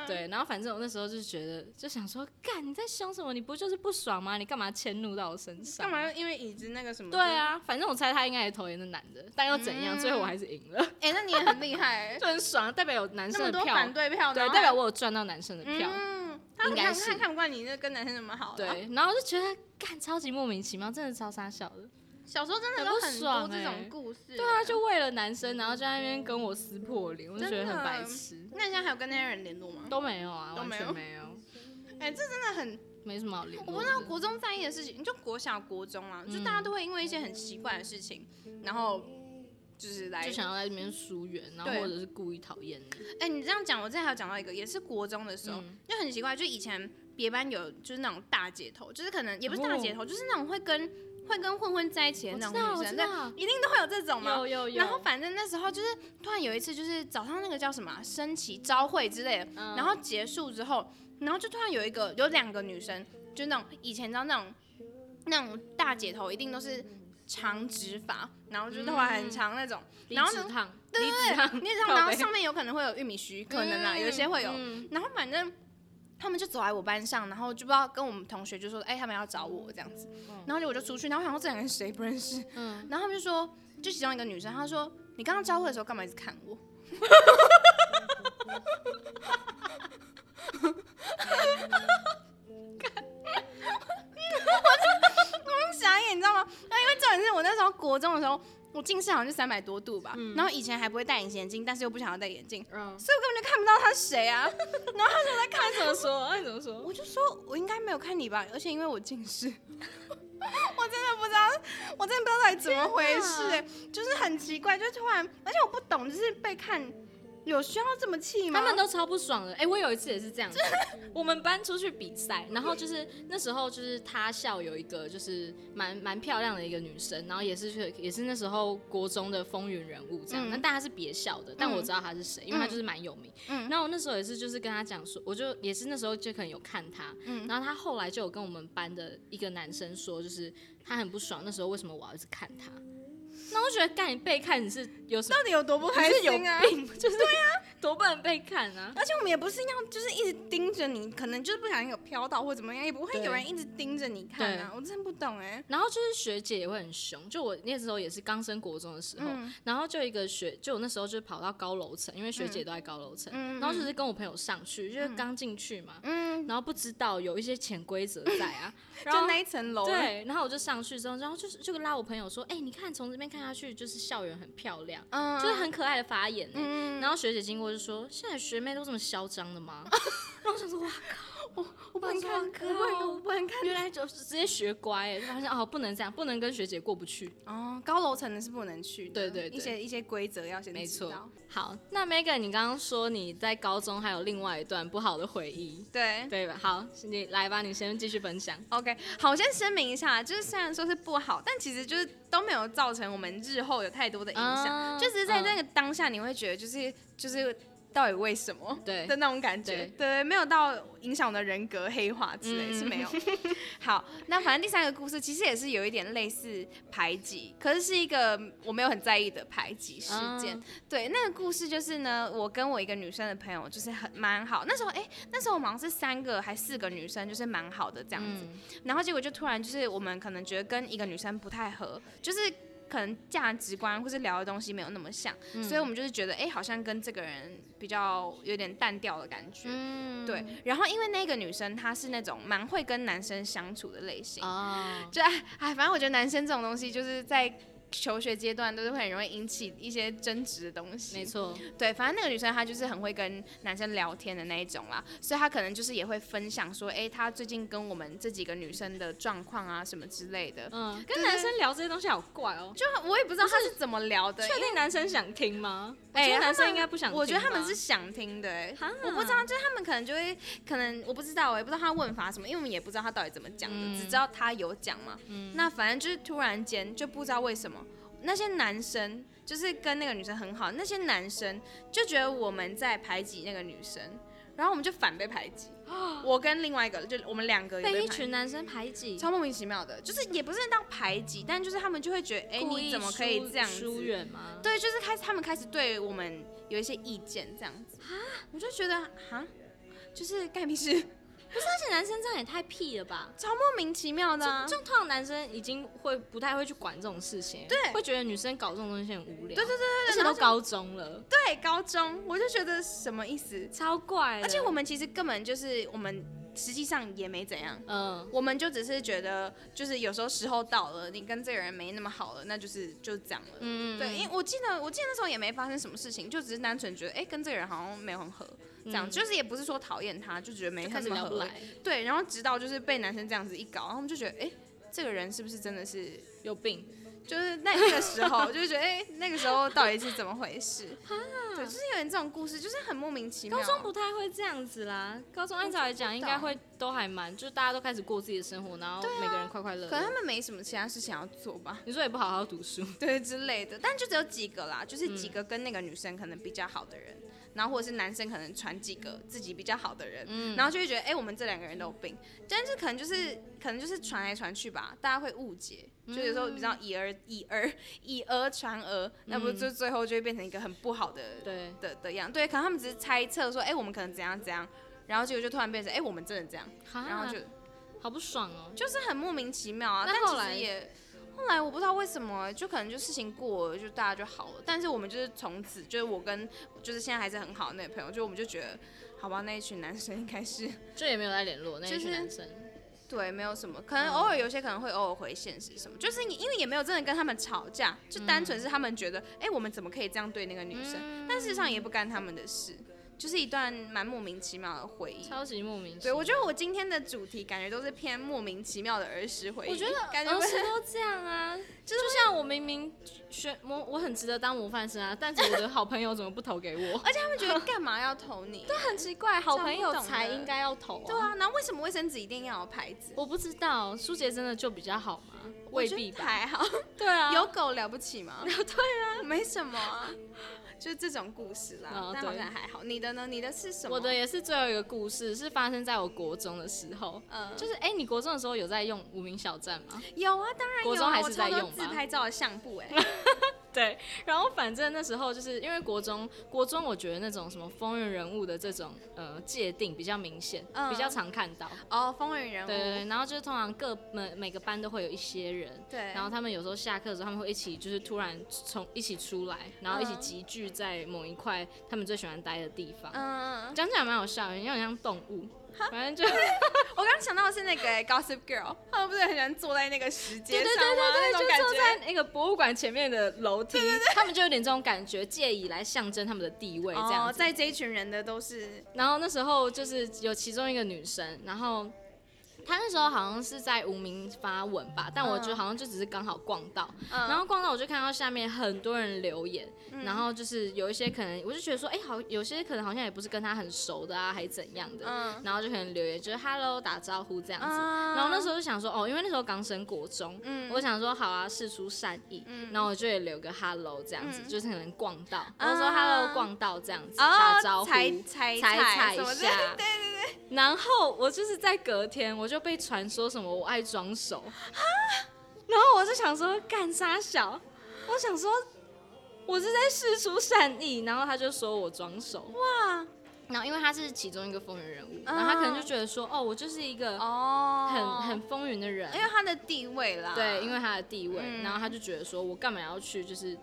A: 对，然后反正我那时候就觉得，就想说，干你在想什么？你不就是不爽吗？你干嘛迁怒到我身上？
B: 干嘛要因为椅子那个什么？
A: 对，啊，反正我猜他应该也讨厌那男的，但又怎样？
B: 嗯
A: 最后我还是赢了，
B: 哎，那你也很厉害欸，
A: 就很爽，代表有男
B: 那
A: 生
B: 么
A: 的
B: 多
A: 票
B: 反，对票，
A: 对，
B: 然后
A: 代表
B: 还
A: 我有赚到男生的票。
B: 嗯，他
A: 应
B: 很
A: 该
B: 看
A: 是
B: 看看不惯你那跟男生那么好，，啊
A: 对，然后我就觉得干超级莫名其妙，真的超傻笑
B: 啊
A: 的。
B: 小时候真的
A: 很不
B: 有很多
A: 爽
B: 这
A: 欸
B: 种故事，
A: 对啊，就为了男生，然后就在那边跟我撕破脸，我就觉得很白痴。
B: 那你现在还有跟那些人联络吗？
A: 都没有啊，
B: 都
A: 完
B: 没
A: 全
B: 有
A: 没有，
B: 哎，这真的很
A: 没什么好联
B: 我不
A: 络
B: 知道
A: 的。
B: 国中在意的事情，就国小、国中啊，就大家都会因为一些很奇怪的事情，然后就是来
A: 就。想要在那边疏远，然后
B: 对
A: 或者是故意讨厌你。
B: 哎、你这样讲，我之前还有讲到一个，也是国中的时候，
A: 嗯
B: 就很奇怪，就以前别班有就是那种大姐头，就是可能也不是大姐头，就是那种会跟会跟混混在一起的
A: 我
B: 那
A: 知
B: 种
A: 道，
B: 女
A: 我
B: 生，
A: 知
B: 但
A: 道，
B: 一定都会有这种嘛。
A: 有有有。
B: 然后反正那时候就是突然有一次，就是早上那个叫什么啊升旗招会之类的，
A: 嗯，
B: 然后结束之后，然后就突然有一个有两个女生，就那种以前知道那种那种大姐头一定都是长直发，然后就是头发很长那种，
A: 离
B: 然后
A: 子
B: 呢
A: 烫，离子烫，
B: 你知道，
A: 嗯靠
B: 然后
A: 背
B: 上面有可能会有玉米须，可能啦，有些会有，
A: 嗯
B: 然后反正。他们就走来我班上，然后就不知道跟我们同学就说，哎、他们要找我这样子，然后就我就出去，然后我想说这两个人谁不认识，
A: 嗯，
B: 然后他们就说，就其中一个女生，她说你刚刚招会的时候干嘛一直看我？ 我就傻眼，你知道吗？那因为重点是我那时候国中的时候，我近视好像就三百多度吧，然后以前还不会戴隐形眼镜，但是又不想要戴眼镜，
A: 嗯，
B: 所以我根本就看不到他是谁啊。
A: 看 怎么说，哎看怎么说，
B: 我就说我应该没有看你吧，而且因为我近视， 我真的不知道，我真的不知道到底怎么回事、
A: 天
B: 欸，就是很奇怪，就突然，而且我不懂，就是被看。有需要这么气吗？
A: 他们都超不爽的。哎、我有一次也是这样 子，我们班出去比赛，然后就是那时候就是他校有一个就是蛮蛮漂亮的一个女生，然后也是去也是那时候国中的风云人物这样。
B: 嗯
A: 那、但她是别校的，但我知道她是谁，因为她就是蛮有名。
B: 嗯
A: 然后我那时候也是就是跟她讲说，我就也是那时候就可能有看她，
B: 嗯
A: 然后她后来就有跟我们班的一个男生说，就是她很不爽，那时候为什么我要一直看她？那我就觉得干你被看你是有什么？
B: 到底有多不开
A: 你是有
B: 心啊？
A: 病，就是对啊，多不能被看啊！
B: 而且我们也不是要就是一直盯着你，可能就是不小心有飘到或怎么样，也不会
A: 对
B: 有人一直盯着你看啊。我真的不懂哎、
A: 然后就是学姐也会很凶，就我那时候也是刚升国中的时候，
B: 嗯
A: 然后就一个学，就我那时候就跑到高楼层，因为学姐都在高楼层，
B: 嗯
A: 然后就是跟我朋友上去，就是刚进去嘛，
B: 嗯，
A: 然后不知道有一些潜规则在啊，
B: 就
A: 然后
B: 那一层楼，，啊
A: 对，然后我就上去之后，然后就是就拉我朋友说，哎、你看从这边看下去就是校园很漂亮，
B: 嗯，
A: 就是很可爱的发言、欸
B: 嗯，
A: 然后学姐经过就说：“现在学妹都这么嚣张的 吗？”然后我想说：“哇靠，我
B: 我不能看，我不能看，我不能看。
A: 原来就是直接学乖、欸，就发现哦，不能这样，不能跟学姐过不去。
B: 哦，高楼层的是不能去的，
A: 对对对
B: 一些一些规则要先
A: 没
B: 知
A: 错
B: 道。。
A: 好，那 Megan，你刚刚说你在高中还有另外一段不好的回忆，
B: 对
A: 对吧？好，你来吧，你先继续分享。
B: OK，好，我先声明一下，就是虽然说是不好，但其实就是都没有造成我们日后有太多的影响，
A: 啊
B: 就只是在那
A: 嗯
B: 个当下，你会觉得就是就是到底为什么？
A: 对
B: 的那种感觉
A: 对，
B: 对，没有到影响我的人格黑化之类、
A: 嗯
B: 是 没有。好，那反正第三个故事其实也是有一点类似排挤，可是是一个我没有很在意的排挤事件。
A: 嗯
B: 对，那个故事就是呢，我跟我一个女生的朋友就是很蛮好，那时候哎、那时候我们好像是三个还四个女生，就是蛮好的这样子。
A: 嗯
B: 然后结果就突然就是我们可能觉得跟一个女生不太合，就是可能价值观或是聊的东西没有那么像，
A: 嗯
B: 所以我们就是觉得哎、诶好像跟这个人比较有点淡掉的感觉。
A: 嗯，
B: 对，然后因为那个女生她是那种蛮会跟男生相处的类型，
A: 哦，
B: 就 哎哎，反正我觉得男生这种东西就是在求学阶段都是会很容易引起一些争执的东西。
A: 没错，
B: 对，反正那个女生她就是很会跟男生聊天的那一种啦，所以她可能就是也会分享说，哎、她最近跟我们这几个女生的状况啊什么之类的。
A: 嗯，跟
B: 对
A: 男生聊这些东西好怪哦。
B: 就我也不知道她是怎么聊的，
A: 确定男生想听吗？我
B: 哎
A: 觉得
B: 他
A: 男生
B: 们
A: 应该不想听吧。
B: 我觉得他们是想听的、哎
A: 哈，
B: 我不知道，就是他们可能就会，可能我不知道，我也不知道他问法什么，因为我们也不知道他到底怎么讲的，
A: 嗯
B: 只知道他有讲嘛。那反正就是突然间就不知道为什么那些男生就是跟那个女生很好，那些男生就觉得我们在排挤那个女生，然后我们就反被排 挤。我跟另外一个，就我们两个也
A: 被
B: 被
A: 一
B: 排
A: 群男生排挤，
B: 超莫名其妙的，就是也不是当排挤，但就是他们就会觉得，哎、
A: 故
B: 你
A: 意
B: 怎么可以
A: 疏
B: 这样子？
A: 疏远吗？
B: 对，就是开始他们开始对我们有一些意见这样子
A: 啊
B: 我就觉得哈，就是 干屁事，
A: 而且男生这样也太屁了吧！
B: 超莫名其妙的、啊。
A: 就通常男生已经会不太会去管这种事情，
B: 对
A: 会觉得女生搞这种东西很无聊，
B: 对对对对
A: 而且
B: 然后
A: 都
B: 就
A: 高中了，
B: 对，高中我就觉得什么意思？
A: 超怪的。
B: 而且我们其实根本就是我们实际上也没怎样，
A: 嗯，
B: 我们就只是觉得就是有时候时候到了，你跟这个人没那么好了，那就是就这样了。
A: 嗯
B: 对，因为我记得，我记得那时候也没发生什么事情，就只是单纯觉得，哎、跟这个人好像没有很合，这样、
A: 嗯
B: 就是也不是说讨厌他，就觉得没
A: 就开始
B: 什么
A: 聊
B: 合
A: 不来，
B: 对，然后直到就是被男生这样子一搞，然后我们就觉得，哎、这个人是不是真的是，
A: 有病。
B: 就是那那个时候就觉得，哎、那个时候到底是怎么回事？对，就是有点这种故事，就是很莫名其妙。
A: 高中不太会这样子啦，高中按照来讲应该会都还蛮，就大家都开始过自己的生活，然后每个人快快乐
B: 啊可能他
A: 乐。
B: 们没什么其他事情要做吧，
A: 你说也不好好读书，
B: 对之类的，但就只有几个啦，就是几个跟那个女生可能比较好的人，然后或者是男生可能传几个自己比较好的人，然后就会觉得，哎、我们这两个人都有病，但是可能就是可能就是传来传去吧，大家会误解，就有时候比较以讹以讹以讹传讹，那不就最后就会变成一个很不好的
A: 对，
B: 的的样， 对，可能他们只是猜测说，哎、我们可能怎样怎样，然后结果就突然变成，哎、我们真的这样，然后
A: 哈
B: 就
A: 好不爽哦。
B: 就是很莫名其妙啊。
A: 那
B: 但
A: 后
B: 其
A: 来
B: 实也后来我不知道为什么，就可能就事情过了，就大家就好了。但是我们就是从此，就是我跟就是现在还是很好的那个朋友，就我们就觉得，好吧，那一群男生应该是
A: 就也没有再联络那一
B: 就是
A: 群男生，
B: 对，没有什么，可能偶尔有些可能会偶尔回现实什么，就是你因为也没有真的跟他们吵架，嗯就单纯是他们觉得，哎、我们怎么可以这样对那个女生？但事实上也不干他们的事。就是一段蛮莫名其妙的回忆。
A: 超级莫名其
B: 对，
A: 妙。
B: 我觉得我今天的主题感觉都是偏莫名其妙的儿时回忆。
A: 我觉
B: 感
A: 得
B: 觉嗯
A: 儿
B: 不是
A: 时哦都这样 啊，就像我明明学模，我很值得当模范生啊，但是我的好朋友怎么不投给 我？
B: 而且他们觉得干嘛要投你？对
A: 很奇怪，好朋友
B: 这样不懂
A: 才
B: 的
A: 应该要投啊。
B: 对啊，那为什么卫生纸一定要有牌子？
A: 我不知道，舒杰真的就比较好吗？
B: 我
A: 未
B: 觉得
A: 必吧。
B: 还 好，
A: 对啊，
B: 有狗了不起 吗？对啊，没什么啊，就这种故事啦
A: 哦，
B: 但好像
A: 对
B: 还好。你的呢？你的是什么？
A: 我的也是最后一个故事，是发生在我国中的时候。
B: 嗯，
A: 就是哎、你国中的时候有在用无名小站吗？
B: 有啊，当然有啊，
A: 国中还是
B: 我超
A: 在
B: 多
A: 用吧
B: 自拍照的相簿哎、
A: 对，然后反正那时候就是因为国中，国中我觉得那种什么风云人物的这种呃界定比较明显，
B: 嗯
A: 比较常看到。
B: 哦，风云人物，
A: 对对对，然后就是通常各每每个班都会有一些人，
B: 对
A: 然后他们有时候下课的时候，他们会一起就是突然从一起出来，然后一起
B: 嗯
A: 集聚在某一块他们最喜欢待的地方。
B: 嗯，
A: 讲起来蛮好笑的，有点像动物， 反正就
B: 我刚刚想到的是那个、欸、Gossip Girl，他们不是很喜欢坐在那个石阶
A: 对
B: 上
A: 对
B: 吗？
A: 对对对，
B: 那
A: 就
B: 种感
A: 坐
B: 觉。
A: 在那个博物馆前面的楼梯， 他们就有点这种感觉，借以来象征他们的地位这样
B: 哦，
A: 子。
B: 在这一群人的都是
A: 然后那时候就是有其中一个女生，然后她那时候好像是在无名发文吧，但我就
B: 嗯
A: 好像就只是刚好逛到，
B: 嗯
A: 然后逛到我就看到下面很多人留言，
B: 嗯
A: 然后就是有一些可能我就觉得说，哎、好，有些可能好像也不是跟她很熟的啊，还怎样的，
B: 嗯
A: 然后就可能留言就是 hello 打招呼这样子，
B: 啊
A: 然后那时候就想说，哦，因为那时候刚升国中，
B: 嗯
A: 我想说好啊，事出善意，然后我就也留个 hello 这样子，
B: 嗯
A: 就是可能逛到，我就说 hello 逛到这样子、打
B: 哦
A: 招呼，
B: 踩踩
A: 踩
B: 踩
A: 踩
B: 什
A: 一
B: 么
A: 下
B: 的，，
A: 对对对。然后我就是在隔天，我就被传说什么我爱装熟，
B: 啊
A: 然后我就想说干啥小，我想说我是在事出善意，然后他就说我装熟，
B: 哇嗯
A: 然后因为他是其中一个风云人物，然后他可能就觉得说哦，我就是一个
B: 哦，
A: 很很，风云的人，
B: 因为他的地位啦，
A: 对，因为他的地位，
B: 嗯
A: 然后他就觉得说我干嘛要去就是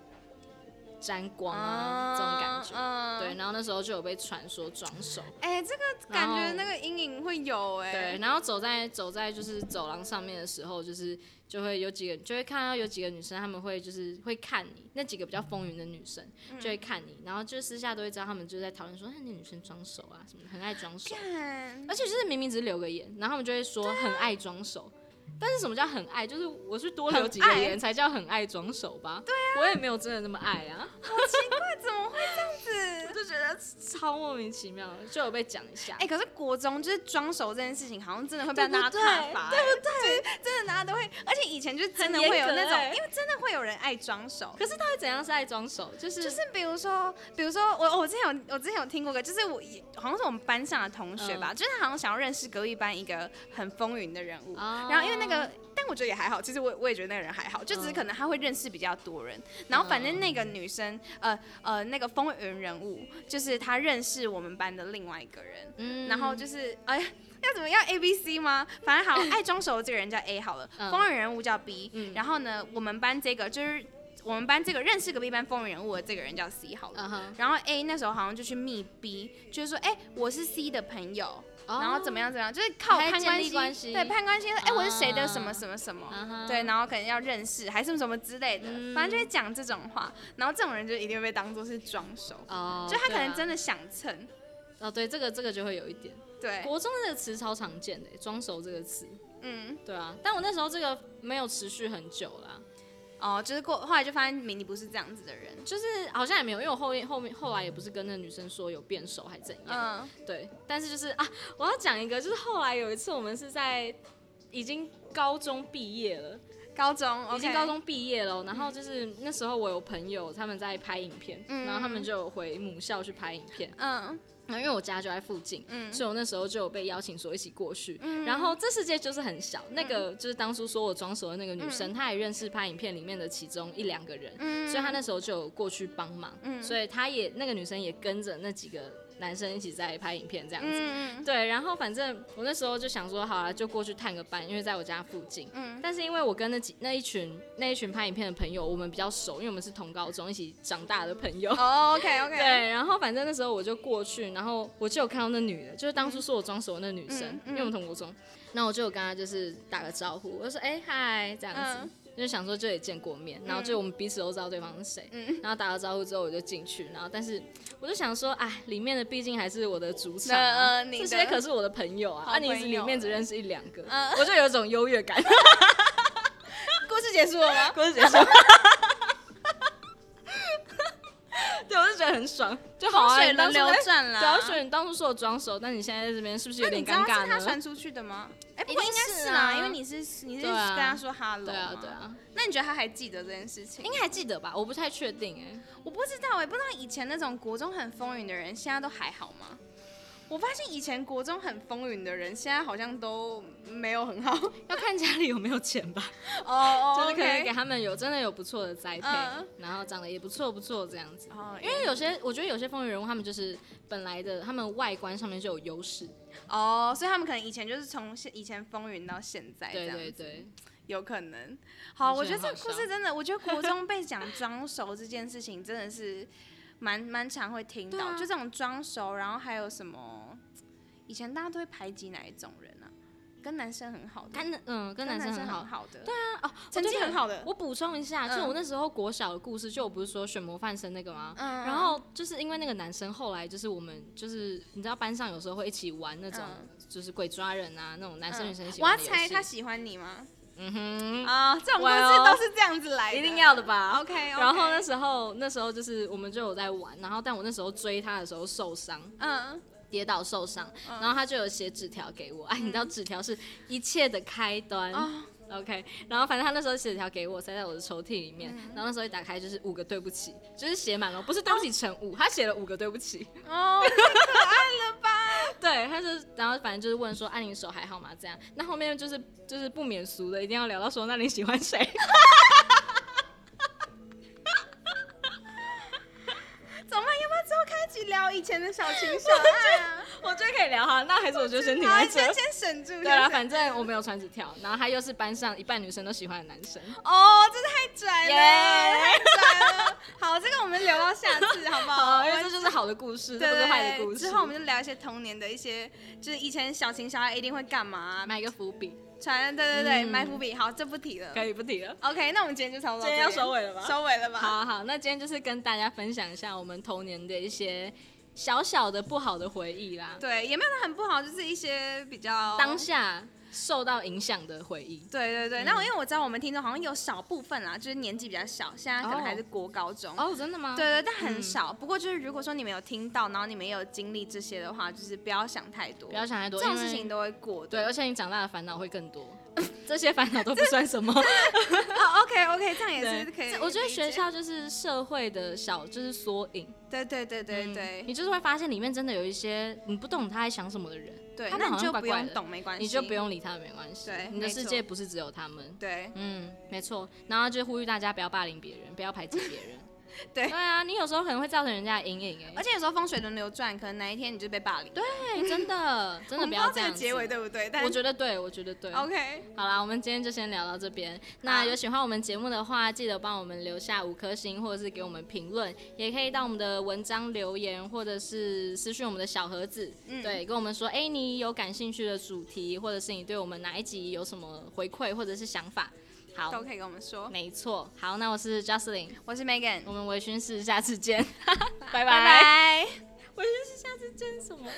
A: 沾光啊、这种感觉。
B: 嗯
A: 对，，然后那时候就有被传说装熟，
B: 哎、这个感
A: 然
B: 觉
A: 后
B: 那个阴影会有哎、
A: 对，然后走在走在就是走廊上面的时候，就是就会有几个就会看到有几个女生，她们会就是会看你，那几个比较风云的女生就会看你，然后就私下都会知道她们就在讨论说，哎，那女生装熟啊什么的，很爱装熟，
B: 哎看
A: 而且就是明明只是留个言，然后他们就会说很爱装熟。但是什么叫很爱？就是我是多留几个
B: 很爱
A: 言才叫很爱装熟吧？对啊，我也没有真的那么爱 啊，
B: 怎么会这样子？
A: 我就觉得超莫名其妙的，就有被讲一下。
B: 哎、可是国中就是装熟这件事情，好像真的会被
A: 对不
B: 大家
A: 对
B: 挞伐、欸
A: 欸
B: 对不对？就是真的大家都会，而且以前就是真的
A: 很
B: 会
A: 严
B: 有
A: 格
B: 那种，
A: 欸
B: 因为真的会有人爱装熟。
A: 可是到底怎样是爱装熟？就是
B: 就是比如说，比如说我我之前有我之前有听过个，就是我也好像是我们班上的同学吧，就是他好像想要认识隔壁班一个很风云的人物，
A: 哦
B: 然后因为那个，但我觉得也还好，其实我我也觉得那个人还好，就只是
A: 嗯
B: 可能他会认识比较多人。然后反正那个女生，呃呃，那个风云人物，就是她认识我们班的另外一个人，
A: 嗯
B: 然后就是哎。呀要怎么样 A B C 吗？反正好，爱装熟的这个人叫 A 好了，
A: 嗯
B: 风云人物叫 B，、
A: 嗯
B: 然后呢，我们班这个就是我们班这个认识隔壁班风云人物的这个人叫 C 好了，
A: 嗯哼，
B: 然后 A 那时候好像就去密 B，就是说，哎、我是 C 的朋友，然后怎么
A: 样？
B: 样怎么样，就是靠
A: 哦还
B: 攀
A: 建
B: 关
A: 立
B: 系，
A: 关系
B: 对，攀关系，哎、我是谁的
A: 啊
B: 什么什么什么，
A: 嗯哼
B: 对，然后可能要认识，还什么什么之类的，
A: 嗯
B: 反正就会讲这种话，然后这种人就一定会被当做是装熟，
A: 哦，
B: 就他可能真
A: 的
B: 的想蹭，
A: 哦，对，这个这个就会有一点。
B: 对，
A: 国中这个词超常见的，装熟这个词，
B: 嗯，
A: 对啊，但我那时候这个没有持续很久啦，
B: 哦，就是过后来就发现明你不是这样子的人，
A: 就是好像也没有，因为我后面后面后来也不是跟那女生说有变熟还怎样，
B: 嗯，
A: 对，但是就是啊，我要讲一个，就是后来有一次我们是在已经高中毕业了
B: 高中
A: 已经高，中毕业了，哦然后就是那时候我有朋友他们在拍影片，
B: 嗯
A: 然后他们就有回母校去拍影片
B: OK，，嗯
A: 然后因为我家就在附近，
B: 嗯
A: 所以我那时候就有被邀请说一起过去。
B: 嗯
A: 然后这世界就是很小，那个就是当初说我装熟的那个女生，她也认识拍影片里面的其中一两个人，
B: 嗯
A: 所以她那时候就有过去帮忙，
B: 嗯
A: 所以她也那个女生也跟着那几个男生一起在拍影片这样子。
B: 嗯
A: 对，然后反正我那时候就想说，好啊，就过去探个班，因为在我家附近。
B: 嗯
A: 但是因为我跟那几那一群那一群拍影片的朋友，我们比较熟，因为我们是同高中一起长大的朋
B: 嗯
A: 友。
B: ，OK OK，
A: 对，然后反正那时候我就过去，然后我就有看到那女的，就是当初说我装熟的那女生，
B: 嗯嗯
A: 因为我们同国中，那我就有跟她就是打个招呼，我就说哎嗨、这样子，
B: 嗯
A: 就想说就也见过面，然后就我们彼此都知道对方是谁，
B: 嗯
A: 然后打了招呼之后我就进去，然后但是我就想说，哎，里面的毕竟还是我的主场、
B: 那
A: 啊，
B: 呃你
A: 这
B: 的
A: 些可是我的朋友啊，
B: 好
A: 啊，你
B: 朋
A: 里
B: 友
A: 面只认识一两个，
B: 嗯
A: 我就有一种优越感。
B: 故事结束了 吗？
A: 故事结束。对，我就觉得很爽，就好啊。
B: 水
A: 你当
B: 轮
A: 初
B: 流
A: 在
B: 转啦。
A: 对啊，我觉得你当初说我装熟，但你现在在这边是不是有
B: 那你
A: 点
B: 知道
A: 尴尬
B: 是他
A: 呢？
B: 传出去的吗？哎、不
A: 一
B: 过应
A: 定
B: 该
A: 是
B: 是
A: 啊
B: 啊，因为你是你是
A: 对啊
B: 跟他说 hello，
A: 对啊，
B: 嘛
A: 对。啊，
B: 那你觉得他还记得这件事情？
A: 应该还记得吧？我不太确定哎、
B: 我不知道哎、不知道以前那种国中很风云的人，现在都还好吗？我发现以前国中很风云的人，现在好像都没有很好。
A: 要看家里有没有钱 吧，
B: 哦 哦
A: 就是可以给他们有真的有不错的栽培，
B: 嗯
A: 然后长得也不错不错这样子。
B: 哦，因
A: 因
B: 为
A: 为有些，我觉得有些风云人物，他们就是本来的，他们外观上面就有优势。
B: 哦，所以他们可能以前就是从现以前风云到现在这
A: 对
B: 样
A: 对
B: 子
A: 对，
B: 有可能。好，我
A: 我
B: 觉
A: 觉得
B: 得这
A: 很
B: 个故
A: 好
B: 事真的，我觉得国中被讲装熟这件事情真的是蛮 蛮常会听
A: 对
B: 到，
A: 啊
B: 就这种装熟，然后还有什么？以前大家都会排挤哪一种人啊？跟男生很好的，
A: 跟嗯跟男生很好
B: 很，好的，对啊，哦，
A: 我
B: 成
A: 就
B: 绩
A: 看
B: 很好的，
A: 我补充一下，就是
B: 嗯
A: 我那时候国小的故事，就我不是说选模范生那个吗？
B: 嗯
A: 然后就是因为那个男生后来就是我们就是你知道班上有时候会一起玩那种
B: 嗯
A: 就是鬼抓人啊那种男生女生一起
B: 我
A: 玩
B: 要
A: 的游
B: 猜
A: 戏
B: 他喜欢你吗？
A: 嗯哼
B: 啊，这种故事
A: Well，
B: 都是这样子来的，
A: 一定要的吧。
B: OK。
A: 然后那？时候那时候就是我们就有在玩，然后但我那时候追他的时候受伤，
B: 嗯，
A: 跌倒受伤，
B: 嗯
A: 然后他就有写纸条给我，哎，你知道纸条是一切的开端。
B: 啊
A: OK，然后反正他那时候写了条给我，塞在我的抽屉里面。
B: 嗯
A: 然后那时候一打开就是五个对不起，就是写满了，不是对不起乘五，他写了五个对不起。
B: 哦，
A: 对，他就然后反正就是问说，啊，你手还好吗？这样，那后面就是就是不免俗的，一定要聊到说，那你喜欢谁？
B: 怎么办？要不要之后开启聊以前的小情小爱 啊？
A: 我觉得可以聊哈，那还是我就先停
B: 好
A: 在
B: 先
A: 这。
B: 先审住。
A: 对啊
B: 先
A: 啦，
B: 审
A: 反正我没有传纸条，然后他又是班上一半女生都喜欢的男生。
B: 哦，真的太拽了，
A: 耶
B: 太拽了。好，这个我们留到下次，好不好？
A: 好，因为
B: 我
A: 这
B: 们
A: 就是好的故事，这
B: 对
A: 不是
B: 对
A: 坏的
B: 对
A: 故事。
B: 之后我们就聊一些童年的一些，就是以前小情小爱一定会干嘛啊、
A: 埋一个伏 笔，
B: 传对对对，
A: 嗯
B: 埋伏笔。好，这不提了。
A: 可以不提了。
B: OK，那我们今天就差不多
A: 今天
B: 到这边，
A: 要收尾了吧？
B: 收尾了吧？
A: 好好，那今天就是跟大家分享一下我们童年的一些小小的不好的回忆啦，
B: 对，啊也没有到很不好，就是一些比较
A: 当下受到影响的回忆。
B: 对对对，那
A: 嗯
B: 我因为我知道我们听众好像有少部分啦，就是年纪比较小，现在可能还是国高中。
A: 哦，嗯真的吗？
B: 对对，但很少。不过就是如果说你们有听到，然后你们也有经历这些的话，就是不要想太多，
A: 不要想太多，
B: 这种
A: 因为
B: 事情都会过
A: 对，
B: 的。
A: 而且你长大的烦恼会更多， 这些烦恼都不算 什么。
B: 哦，OK OK，这样也
A: 对
B: 是可以理
A: 这
B: 解。
A: 我觉得学校就是社会的小，就是缩影。
B: 对对对对
A: 嗯
B: 对
A: 你就是会发现里面真的有一些你不懂他在想什么的人，
B: 对，
A: 他们
B: 那你
A: 好
B: 就
A: 像怪
B: 不
A: 怪
B: 用
A: 的，
B: 懂，没关系，
A: 你就不用理他，没关系。
B: 对
A: 你的
B: 没
A: 世
B: 错
A: 界不是只有他们。
B: 对。
A: 嗯，没错。然后就呼吁大家不要霸凌别人，不要排挤别人
B: 对
A: 对啊，你有时候可能会造成人家的阴影 哎、
B: 而且有时候风水轮流转，可能哪一天你就被霸凌。对，
A: 对，哎真的，真的不
B: 不知
A: 要
B: 道
A: 这
B: 这个
A: 样子。
B: 结尾对不对？但
A: 我觉得对，我觉得对。
B: OK，
A: 好啦，我们今天就先聊到这边。那有喜欢我们节目的话，记得帮我们留下五颗星，或者是给我们评论，也可以到我们的文章留言，或者是私讯我们的小盒子，
B: 嗯
A: 对，跟我们说，哎、你有感兴趣的主题，或者是你对我们哪一集有什么回馈，或者是想法。好，
B: 都可以跟我们说。
A: 没错，好，那我是 Jocelyn，
B: 我是 Megan，
A: 我们 微醺室下次见，拜
B: 拜拜。
A: 微醺室下次见什么？